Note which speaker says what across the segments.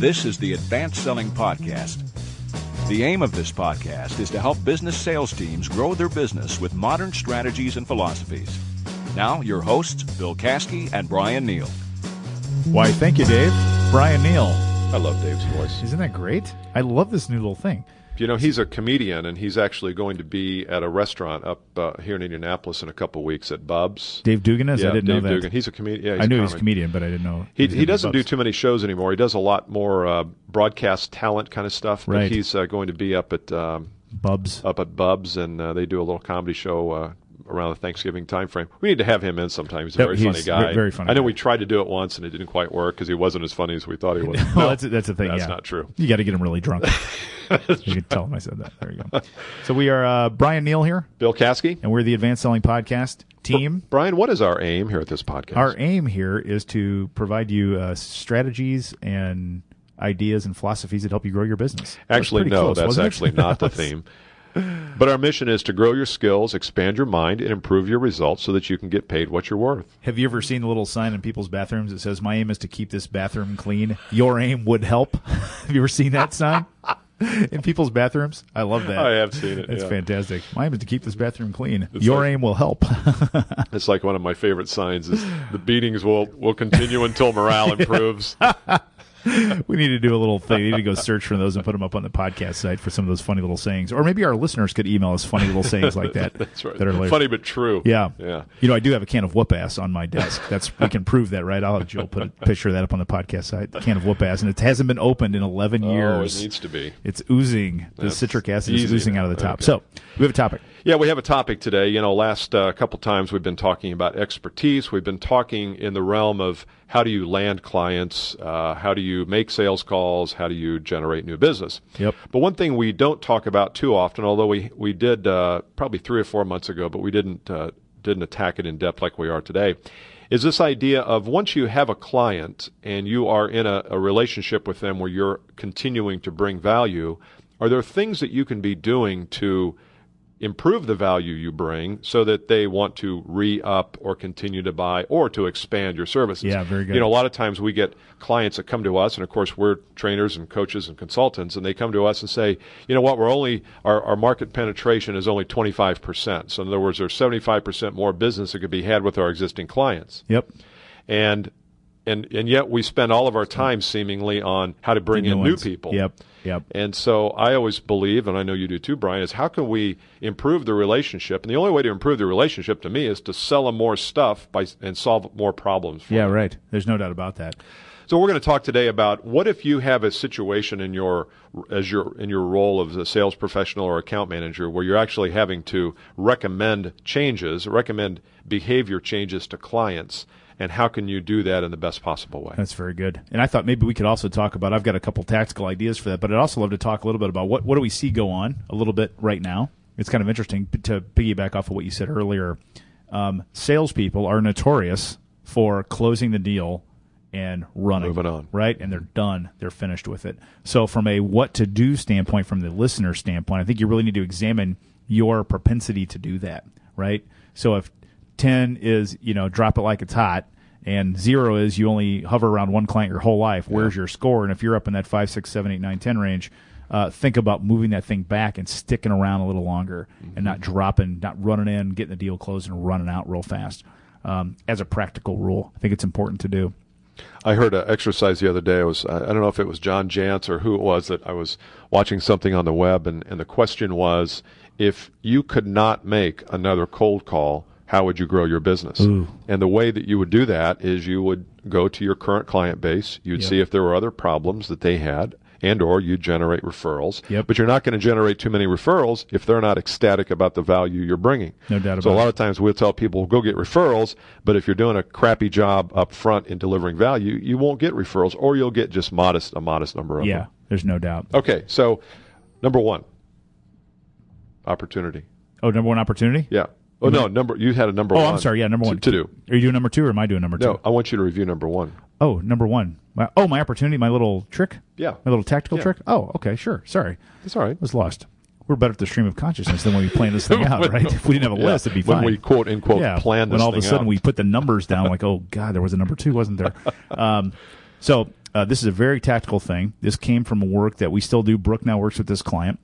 Speaker 1: This is the Advanced Selling Podcast. The aim of this podcast is to help business sales teams grow their business with modern strategies and philosophies. Now, your hosts, Bill Kasky and Brian Neal.
Speaker 2: Why, thank you, Dave. Brian Neal.
Speaker 3: I love Dave's voice.
Speaker 2: Isn't that great? I love this new little thing.
Speaker 3: You know, he's a comedian, and he's actually going to be at a restaurant up uh, here in Indianapolis in a couple weeks at Bub's.
Speaker 2: Dave Dugan is?
Speaker 3: Yeah,
Speaker 2: I didn't
Speaker 3: Dave
Speaker 2: know that.
Speaker 3: Dugan. He's a comedian. Yeah, he's
Speaker 2: I knew
Speaker 3: a
Speaker 2: he was a comedian, but I didn't know.
Speaker 3: He,
Speaker 2: was
Speaker 3: he
Speaker 2: gonna be
Speaker 3: doesn't do
Speaker 2: Bubs.
Speaker 3: too many shows anymore. He does a lot more uh, broadcast talent kind of stuff. But
Speaker 2: Right.
Speaker 3: he's uh, going to be up at um,
Speaker 2: Bubs.
Speaker 3: up at Bub's, and uh, they do a little comedy show uh, around the Thanksgiving time frame. We need to have him in sometime. He's a
Speaker 2: That-
Speaker 3: very
Speaker 2: he's
Speaker 3: funny guy.
Speaker 2: ve- very funny
Speaker 3: I know
Speaker 2: guy.
Speaker 3: we tried to do it once, and it didn't quite work because he wasn't as funny as we thought he was.
Speaker 2: well, that's that's the thing.
Speaker 3: that's
Speaker 2: yeah.
Speaker 3: not true.
Speaker 2: You got to get him really drunk. you can tell him I said that. There you go. So we are uh, Brian Neal here,
Speaker 3: Bill Kasky.
Speaker 2: and we're the Advanced Selling Podcast team.
Speaker 3: Brian, what is our aim here at this podcast?
Speaker 2: Our aim here is to provide you uh, strategies and ideas and philosophies that help you grow your business. That was
Speaker 3: Actually,
Speaker 2: pretty
Speaker 3: no,
Speaker 2: close,
Speaker 3: that's
Speaker 2: wasn't it?
Speaker 3: actually not the
Speaker 2: That was-
Speaker 3: theme. But our mission is to grow your skills, expand your mind, and improve your results so that you can get paid what you're worth.
Speaker 2: Have you ever seen the little sign in people's bathrooms that says, My aim is to keep this bathroom clean? Your aim would help. have you ever seen that sign? In people's bathrooms? I love that.
Speaker 3: I have seen it,
Speaker 2: That's
Speaker 3: Oh, yeah.
Speaker 2: fantastic. My aim is to keep this bathroom clean. Your aim will help.
Speaker 3: It's like one of my favorite signs is the beatings will, will continue until morale improves.
Speaker 2: we need to do a little thing. We need to go search for those and put them up on the podcast site for some of those funny little sayings. Or maybe our listeners could email us funny little sayings like that.
Speaker 3: That's right.
Speaker 2: That are hilarious.
Speaker 3: Funny but true.
Speaker 2: Yeah.
Speaker 3: Yeah.
Speaker 2: You know, I do have a can of whoop ass on my desk. That's we can prove that, right? I'll have Jill put a picture of that up on the podcast site. The can of whoop ass, and it hasn't been opened in eleven
Speaker 3: Oh, it
Speaker 2: years.
Speaker 3: needs to be.
Speaker 2: it's oozing. The
Speaker 3: That's
Speaker 2: citric acid is
Speaker 3: easy.
Speaker 2: oozing out of the top.
Speaker 3: Okay.
Speaker 2: So we have a topic.
Speaker 3: Yeah, we have a topic today. You know, last uh, couple times we've been talking about expertise. We've been talking in the realm of how do you land clients, uh, how do you make sales calls, how do you generate new business.
Speaker 2: Yep.
Speaker 3: But one thing we don't talk about too often, although we we did uh, probably three or four months ago, but we didn't uh, didn't attack it in depth like we are today, is this idea of once you have a client and you are in a, a relationship with them where you're continuing to bring value, are there things that you can be doing to improve the value you bring so that they want to re up or continue to buy or to expand your services.
Speaker 2: Yeah, very good.
Speaker 3: You know, a lot of times we get clients that come to us, and of course, we're trainers and coaches and consultants, and they come to us and say, you know what, we're only, our, our market penetration is only 25%. So, in other words, there's 75% more business that could be had with our existing clients.
Speaker 2: Yep.
Speaker 3: And and, and yet we spend all of our time seemingly on how to bring in new
Speaker 2: ones.
Speaker 3: people.
Speaker 2: Yep. Yep.
Speaker 3: And so I always believe, and I know you do too, Brian, is how can we improve the relationship? And the only way to improve the relationship to me is to sell them more stuff by, and solve more problems. For
Speaker 2: Yeah.
Speaker 3: them.
Speaker 2: Right. There's no doubt about that.
Speaker 3: So we're going to talk today about what if you have a situation in your as your in your role of a sales professional or account manager where you're actually having to recommend changes, recommend behavior changes to clients, and how can you do that in the best possible way?
Speaker 2: That's very good. And I thought maybe we could also talk about. I've got a couple tactical ideas for that, but I'd also love to talk a little bit about what what do we see go on a little bit right now. It's kind of interesting p- to piggyback off of what you said earlier. Um, salespeople are notorious for closing the deal and running,
Speaker 3: Moving on.
Speaker 2: right? And they're done. They're finished with it. So, from a what to do standpoint, from the listener standpoint, I think you really need to examine your propensity to do that, right? So, if 10 is, you know, drop it like it's hot, and zero is you only hover around one client your whole life, where's your score? And if you're up in that five, six, seven, eight, nine, 10 range, uh, think about moving that thing back and sticking around a little longer and not dropping, not running in, getting the deal closed, and running out real fast. Um, as a practical rule, I think it's important to do.
Speaker 3: I heard an exercise the other day. I was I I don't know if it was John Jantz or who it was that I was watching something on the web, and, and the question was, if you could not make another cold call, how would you grow your business? And the way that you would do that is you would go to your current client base, you'd see if there were other problems that they had, and or you generate referrals.
Speaker 2: Yep.
Speaker 3: But you're not going to generate too many referrals if they're not ecstatic about the value you're bringing.
Speaker 2: No doubt
Speaker 3: So a
Speaker 2: about
Speaker 3: lot of times we'll tell people go get referrals, but if you're doing a crappy job up front in delivering value, you won't get referrals, or you'll get just modest a modest number of
Speaker 2: Yeah,
Speaker 3: them.
Speaker 2: there's no doubt.
Speaker 3: Okay, so number one, opportunity.
Speaker 2: Oh, number one opportunity?
Speaker 3: Yeah. Oh no, number you had a number
Speaker 2: Oh,
Speaker 3: one.
Speaker 2: I'm sorry. Yeah, number
Speaker 3: to-
Speaker 2: one.
Speaker 3: to, do.
Speaker 2: Are you doing number two or am I doing number two?
Speaker 3: No, I want you to review number one.
Speaker 2: Oh, number one. My, oh, my opportunity, my little trick?
Speaker 3: Yeah.
Speaker 2: My little tactical
Speaker 3: Yeah.
Speaker 2: trick? Oh, okay, sure. Sorry.
Speaker 3: That's all right.
Speaker 2: I was lost. We're better at the stream of consciousness than when we plan this thing out, right? If we didn't have a
Speaker 3: Yeah,
Speaker 2: list, it'd be
Speaker 3: when
Speaker 2: fine.
Speaker 3: we quote unquote
Speaker 2: yeah,
Speaker 3: plan this
Speaker 2: when all of a
Speaker 3: thing
Speaker 2: sudden
Speaker 3: out.
Speaker 2: we put the numbers down, like, oh, God, there was a number two, wasn't there? Um, so Uh, this is a very tactical thing. This came from work that we still do. Brooke now works with this client.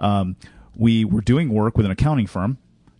Speaker 2: Um, we were doing work with an accounting firm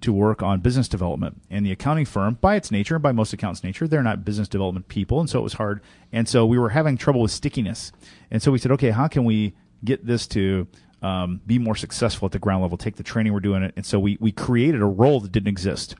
Speaker 2: to work on business development. And the accounting firm, by its nature, by most accountants' nature, they're not business development people. And so it was hard. And so we were having trouble with stickiness. And so we said, okay, how can we get this to um, be more successful at the ground level, take the training we're doing it? And so we, we created a role that didn't exist.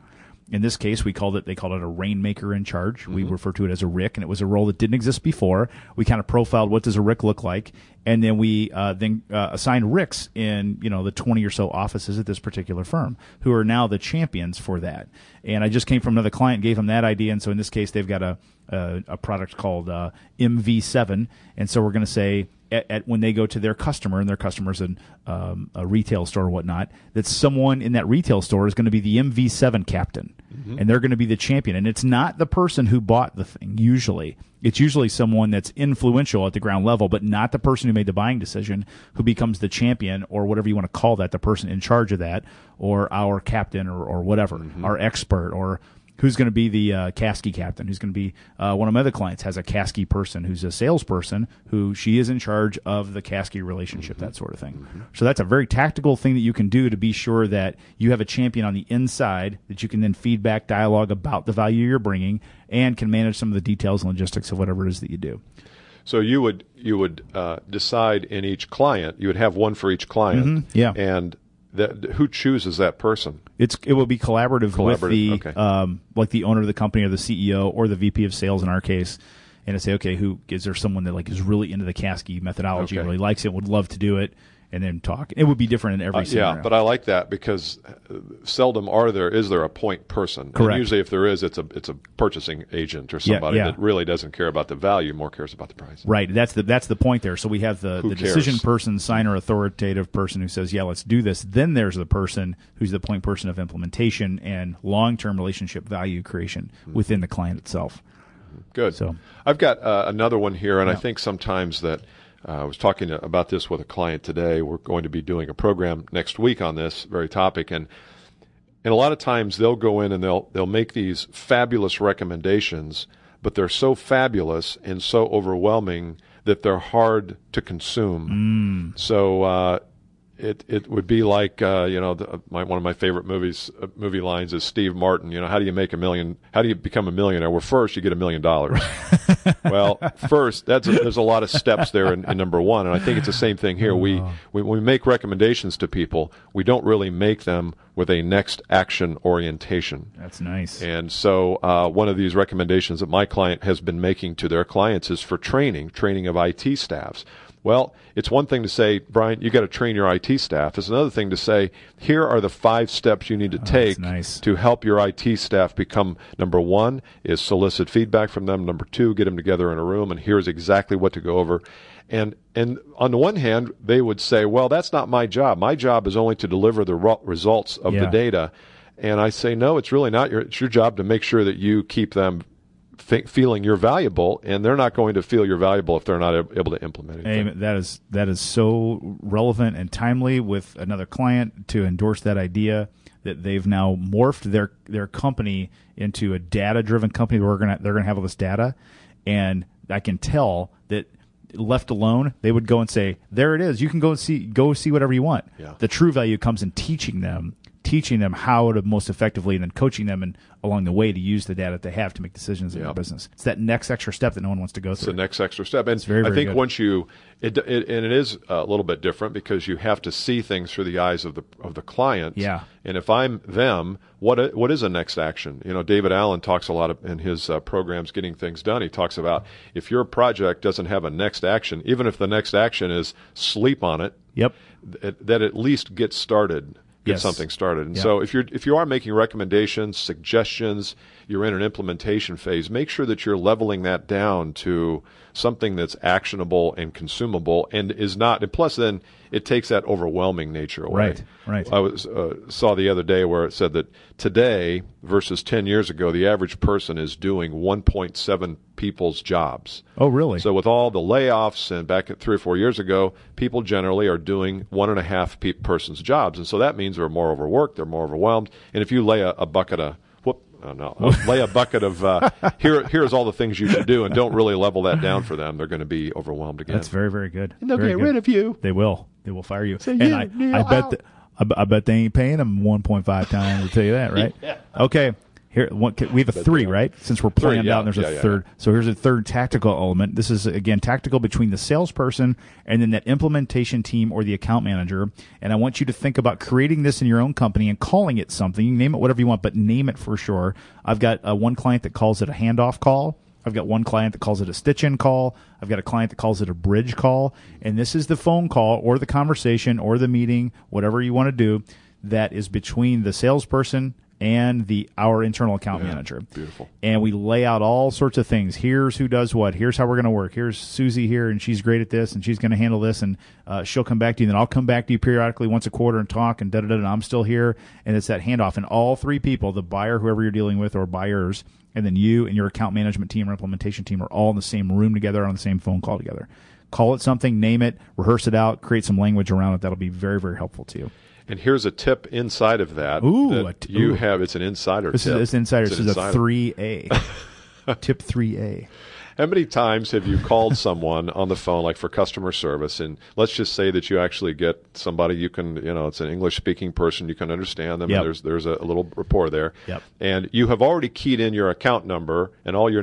Speaker 2: In this case, we called it, they called it a rainmaker in charge. We refer to it as a Rick, and it was a role that didn't exist before. We kind of profiled what does a Rick look like, and then we uh, then uh, assigned Ricks in you know the twenty or so offices at this particular firm, who are now the champions for that. And I just came from another client, gave them that idea, and so in this case, they've got a a, a product called uh, MV7, and so we're going to say at, at when they go to their customer and their customers in um, a retail store or whatnot, that someone in that retail store is going to be the MV7 captain, and they're going to be the champion. And it's not the person who bought the thing usually. It's usually someone that's influential at the ground level, but not the person who made the buying decision, who becomes the champion or whatever you want to call that, the person in charge of that, or our captain or, or whatever, our expert or who's going to be the uh, Caskey captain, who's going to be uh, one of my other clients has a Caskey person who's a salesperson who she is in charge of the Caskey relationship, that sort of thing. So that's a very tactical thing that you can do to be sure that you have a champion on the inside that you can then feedback dialogue about the value you're bringing and can manage some of the details and logistics of whatever it is that you do.
Speaker 3: So you would you would uh, decide in each client, you would have one for each client,
Speaker 2: Mm-hmm. yeah.
Speaker 3: and that who chooses that person?
Speaker 2: It's it will be collaborative, with the
Speaker 3: Collaborative, okay.
Speaker 2: um, like the owner of the company or the CEO or the VP of sales in our case, and to say, okay, who is there someone that like is really into the Caskey methodology,
Speaker 3: Okay.
Speaker 2: really likes it, would love to do it, and then talk. It would be different in every scenario.
Speaker 3: Uh, Yeah, but I like that because uh, seldom are there is there a point person. And
Speaker 2: Correct.
Speaker 3: usually, if there is, it's a it's a purchasing agent or
Speaker 2: Yeah,
Speaker 3: somebody
Speaker 2: yeah.
Speaker 3: that really doesn't care about the value, more cares about the price.
Speaker 2: Right. That's the that's the point there. So we have the, the
Speaker 3: cares?
Speaker 2: decision person, signer, authoritative person who says, "Yeah, let's do this." Then there's the person who's the point person of implementation and long term relationship value creation
Speaker 3: Hmm.
Speaker 2: within the client itself.
Speaker 3: Good.
Speaker 2: So-
Speaker 3: I've got uh, another one here, and I think sometimes that uh, I was talking to, about this with a client today. We're going to be doing a program next week on this very topic, and and a lot of times they'll go in and they'll they'll make these fabulous recommendations, but they're so fabulous and so overwhelming that they're hard to
Speaker 2: Mm-hmm.
Speaker 3: consume. So. Uh, it it would be like uh, you know the, my, one of my favorite movies uh, movie lines is Steve Martin. You know how do you make a million? How do you become a millionaire? Well, first you get a million dollars. Well, first that's there's a lot of steps there in, in number one, and I think it's the same thing here. We, we when we make recommendations to people, we don't really make them with a next action orientation.
Speaker 2: That's nice.
Speaker 3: And so, uh, one of these recommendations that my client has been making to their clients is for training, training of IT staffs. Well, it's one thing to say, Brian, you got to train your IT staff. It's another thing to say, here are the five steps you need to take
Speaker 2: Oh, nice.
Speaker 3: to help your IT staff become number one is solicit feedback from them. Number two, get them together in a room, and here's exactly what to go over. And and on the one hand, they would say, well, that's not my job. My job is only to deliver the ru- results of the
Speaker 2: Yeah.
Speaker 3: data data. And I say, no, it's really not your, it's your job to make sure that you keep them fe- feeling you're valuable, and they're not going to feel you're valuable if they're not ab- able to implement anything.
Speaker 2: Amen. That is that is so relevant and timely with another client to endorse that idea that they've now morphed their their company into a data driven company. We're gonna they're gonna have all this data, and I can tell that left alone they would go and say, "There it is. You can go and see go see whatever you want."
Speaker 3: Yeah.
Speaker 2: The true value comes in teaching them. Teaching them how to most effectively, and then coaching them and along the way to use the data that they have to make decisions in their
Speaker 3: Yeah.
Speaker 2: business. It's that next extra step that no one wants to go through.
Speaker 3: the next extra step. And
Speaker 2: very,
Speaker 3: I
Speaker 2: very
Speaker 3: think
Speaker 2: good.
Speaker 3: once you, it, it, and it is a little bit different because you have to see things through the eyes of the of the client.
Speaker 2: Yeah.
Speaker 3: And if I'm them, what i- what is a next action? You know, David Allen talks a lot of, in his uh, programs, getting things done. He talks about if your project doesn't have a next action, even if the next action is sleep on it.
Speaker 2: Yep.
Speaker 3: th- that at least get started get
Speaker 2: Yes.
Speaker 3: something started and
Speaker 2: Yeah.
Speaker 3: so if you're if you are making recommendations suggestions you're in an implementation phase make sure that you're leveling that down to something that's actionable and consumable and is not and plus then it takes that overwhelming nature away
Speaker 2: Right, right.
Speaker 3: i was uh, saw the other day where it said that today versus 10 years ago the average person is doing 1.7 people's jobs
Speaker 2: Oh, really?
Speaker 3: so with all the layoffs and back at three or four years ago, people generally are doing one and a half pe- person's jobs, and so that means they're more overworked, they're more overwhelmed, and if you lay a, a bucket of whoop, I don't know, I'll lay a bucket of uh, here. Here's all the things you should do, and don't really level that down for them. They're going to be overwhelmed again.
Speaker 2: That's very, very good.
Speaker 3: and they'll
Speaker 2: Very
Speaker 3: get
Speaker 2: good.
Speaker 3: rid of you.
Speaker 2: They will. They will fire you. and
Speaker 3: you,
Speaker 2: I,
Speaker 3: Neil,
Speaker 2: I bet
Speaker 3: out.
Speaker 2: that I, b- I bet they ain't paying them 1.5 times. I'll tell you that, right? Okay. Here, one, we have a three, right? Since we're planned
Speaker 3: yeah,
Speaker 2: out, and there's
Speaker 3: yeah,
Speaker 2: a
Speaker 3: yeah,
Speaker 2: third. So here's a third tactical element. This is again tactical between the salesperson and then that implementation team or the account manager. And I want you to think about creating this in your own company and calling it something. You can name it whatever you want, but name it for sure. I've got uh, one client that calls it a handoff call. I've got one client that calls it a stitch in call. I've got a client that calls it a bridge call. And this is the phone call or the conversation or the meeting, whatever you want to do, that is between the salesperson and the our internal account manager.
Speaker 3: beautiful.
Speaker 2: And we lay out all sorts of things. Here's who does what. Here's how we're going to work. Here's Susie here, and she's great at this, and she's going to handle this, and uh, she'll come back to you. And then I'll come back to you periodically once a quarter and talk, and da da da. And I'm still here, and it's that handoff. And all three people, the buyer, whoever you're dealing with, or buyers, and then you and your account management team or implementation team are all in the same room together on the same phone call together. Call it something, name it, rehearse it out, create some language around it. That'll be very, very helpful to you.
Speaker 3: And here's a tip inside of that.
Speaker 2: Ooh,
Speaker 3: that
Speaker 2: a t-
Speaker 3: you
Speaker 2: ooh.
Speaker 3: have it's an insider
Speaker 2: This
Speaker 3: tip.
Speaker 2: is this insider.
Speaker 3: It's
Speaker 2: This
Speaker 3: an
Speaker 2: is a
Speaker 3: insider.
Speaker 2: three A. Tip three A.
Speaker 3: How many times have you called someone on the phone, like for customer service, and let's just say that you actually get somebody you can, you know, it's an English speaking person, you can understand them,
Speaker 2: Yep.
Speaker 3: and there's there's a, little rapport there,
Speaker 2: Yep.
Speaker 3: and you have already keyed in your account number and all your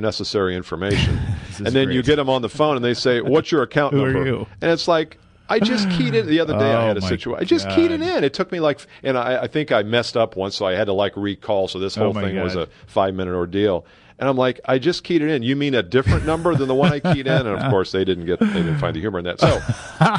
Speaker 3: necessary information, and then you
Speaker 2: great.
Speaker 3: get them on the phone and they say, "What's your account
Speaker 2: Who are
Speaker 3: number?"
Speaker 2: you?
Speaker 3: And it's like. I just keyed in the other day. I
Speaker 2: Oh
Speaker 3: had a
Speaker 2: my
Speaker 3: situation. I just keyed it in. It took me like, and I, I think I messed up once, so I had to like recall. So this
Speaker 2: Oh
Speaker 3: whole
Speaker 2: my
Speaker 3: thing was
Speaker 2: God.
Speaker 3: a five minute ordeal. And I'm like, I just keyed it in. You mean a different number than the one I keyed in? And of course, they didn't get, they didn't find the humor in that. So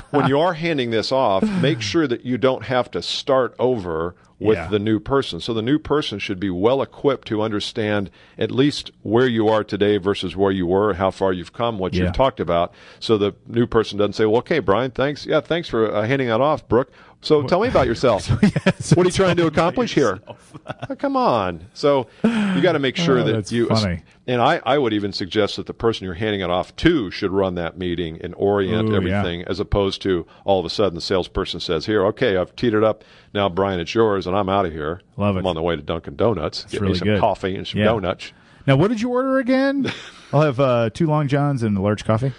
Speaker 3: when you are handing this off, make sure that you don't have to start over with
Speaker 2: Hmm. Yeah.
Speaker 3: the new person. So the new person should be well equipped to understand at least where you are today versus where you were, how far you've come, what
Speaker 2: Yeah.
Speaker 3: you've talked about. So the new person doesn't say, well, okay, Brian, thanks. Yeah, thanks for uh, handing that off, Brooke. So tell me about yourself. what are you trying to accomplish here? Oh, come on. So you got to make sure
Speaker 2: Oh,
Speaker 3: that
Speaker 2: that's
Speaker 3: you.
Speaker 2: funny.
Speaker 3: And I, I would even suggest that the person you're handing it off to should run that meeting and orient
Speaker 2: Ooh, yeah.
Speaker 3: everything, as opposed to all of a sudden the salesperson says, "Here, okay, I've teed it up. Now, Brian, it's yours, and I'm out of here.
Speaker 2: Love it.
Speaker 3: I'm on the way to Dunkin' Donuts. Get
Speaker 2: really
Speaker 3: me some
Speaker 2: good.
Speaker 3: coffee and some
Speaker 2: Yeah.
Speaker 3: donuts.
Speaker 2: Now, what did you order again? I'll have uh, two long johns and a large coffee.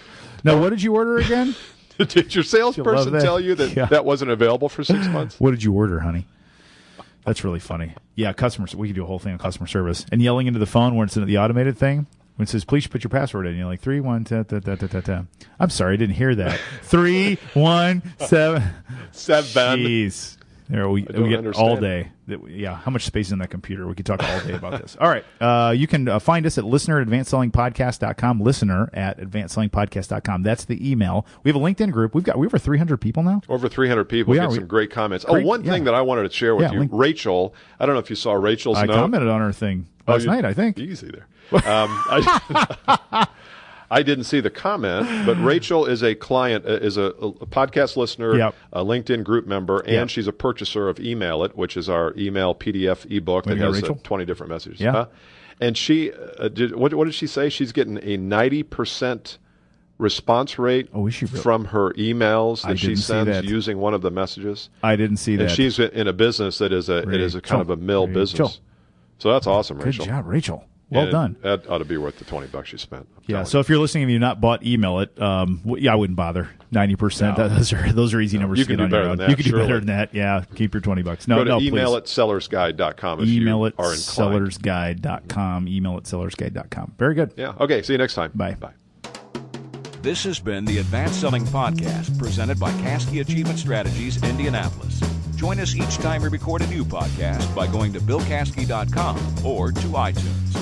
Speaker 2: Now, what did you order again?
Speaker 3: Did your salesperson
Speaker 2: that.
Speaker 3: tell you that
Speaker 2: Yeah.
Speaker 3: that wasn't available for six months?
Speaker 2: What did you order, honey? That's really funny. Yeah, customer. We could do a whole thing on customer service and yelling into the phone when it's in the automated thing. When it says, "Please put your password in," you're like three one ta ta ta ta ta. ta." I'm sorry, I didn't hear that. three one seven.
Speaker 3: Seven.
Speaker 2: Jeez. There we,
Speaker 3: don't
Speaker 2: we get
Speaker 3: understand.
Speaker 2: all day. That we- yeah, how much space is in that computer? We could talk all day about this. All right. Uh, you can uh, find us at listener at advancedsellingpodcast.com, listener at advancedsellingpodcast.com. That's the email. We have a LinkedIn group. We've got we over 300 people now.
Speaker 3: Over 300 people.
Speaker 2: We
Speaker 3: We get
Speaker 2: are. We-
Speaker 3: some great comments.
Speaker 2: Great-
Speaker 3: oh, one thing
Speaker 2: yeah.
Speaker 3: that I wanted to share with
Speaker 2: Yeah,
Speaker 3: you,
Speaker 2: link-
Speaker 3: Rachel. I don't know if you saw Rachel's
Speaker 2: I
Speaker 3: note.
Speaker 2: commented on her thing last
Speaker 3: Oh, you-
Speaker 2: night, I think.
Speaker 3: Easy there. Um, I, I didn't see the comment, but Rachel is a client, uh, is a, a podcast listener,
Speaker 2: Yep.
Speaker 3: a LinkedIn group member, and
Speaker 2: Yep.
Speaker 3: she's a purchaser of Email It, which is our email PDF ebook
Speaker 2: Way
Speaker 3: that
Speaker 2: to go,
Speaker 3: has uh,
Speaker 2: Rachel.
Speaker 3: 20 different messages.
Speaker 2: Yeah.
Speaker 3: And she, uh, did, what, what did she say? She's getting a 90% response rate
Speaker 2: Oh, is she really?
Speaker 3: from her emails that
Speaker 2: I
Speaker 3: she
Speaker 2: didn't see
Speaker 3: sends
Speaker 2: that.
Speaker 3: using one of the messages.
Speaker 2: I didn't see
Speaker 3: And
Speaker 2: that.
Speaker 3: she's in a business that is a, it is a kind of a mill
Speaker 2: Rachel.
Speaker 3: business. So that's awesome,
Speaker 2: Good
Speaker 3: Rachel.
Speaker 2: job, Rachel. Well
Speaker 3: And uh,
Speaker 2: done.
Speaker 3: That ought to be worth the twenty bucks you spent. I'm
Speaker 2: Yeah.
Speaker 3: telling
Speaker 2: So if you're listening and you've not bought, email it. Um, w- yeah, I wouldn't bother. Ninety percent. Those are those are easy numbers.
Speaker 3: You
Speaker 2: to get
Speaker 3: can do
Speaker 2: on
Speaker 3: better
Speaker 2: your
Speaker 3: than
Speaker 2: own.
Speaker 3: that,
Speaker 2: You can do better
Speaker 3: surely.
Speaker 2: than that. Yeah. Keep your twenty bucks.
Speaker 3: you.
Speaker 2: No,
Speaker 3: go to
Speaker 2: no.
Speaker 3: email
Speaker 2: please.
Speaker 3: at sellersguide.com if
Speaker 2: email
Speaker 3: you
Speaker 2: at
Speaker 3: are inclined.
Speaker 2: sellersguide.com. Email at sellersguide.com. Very good.
Speaker 3: Yeah. Okay. See you next time.
Speaker 2: Bye.
Speaker 3: Bye.
Speaker 1: This has been the Advanced Selling Podcast, presented by Caskey Achievement Strategies, Indianapolis. Join us each time we record a new podcast by going to BillCaskey.com or to iTunes.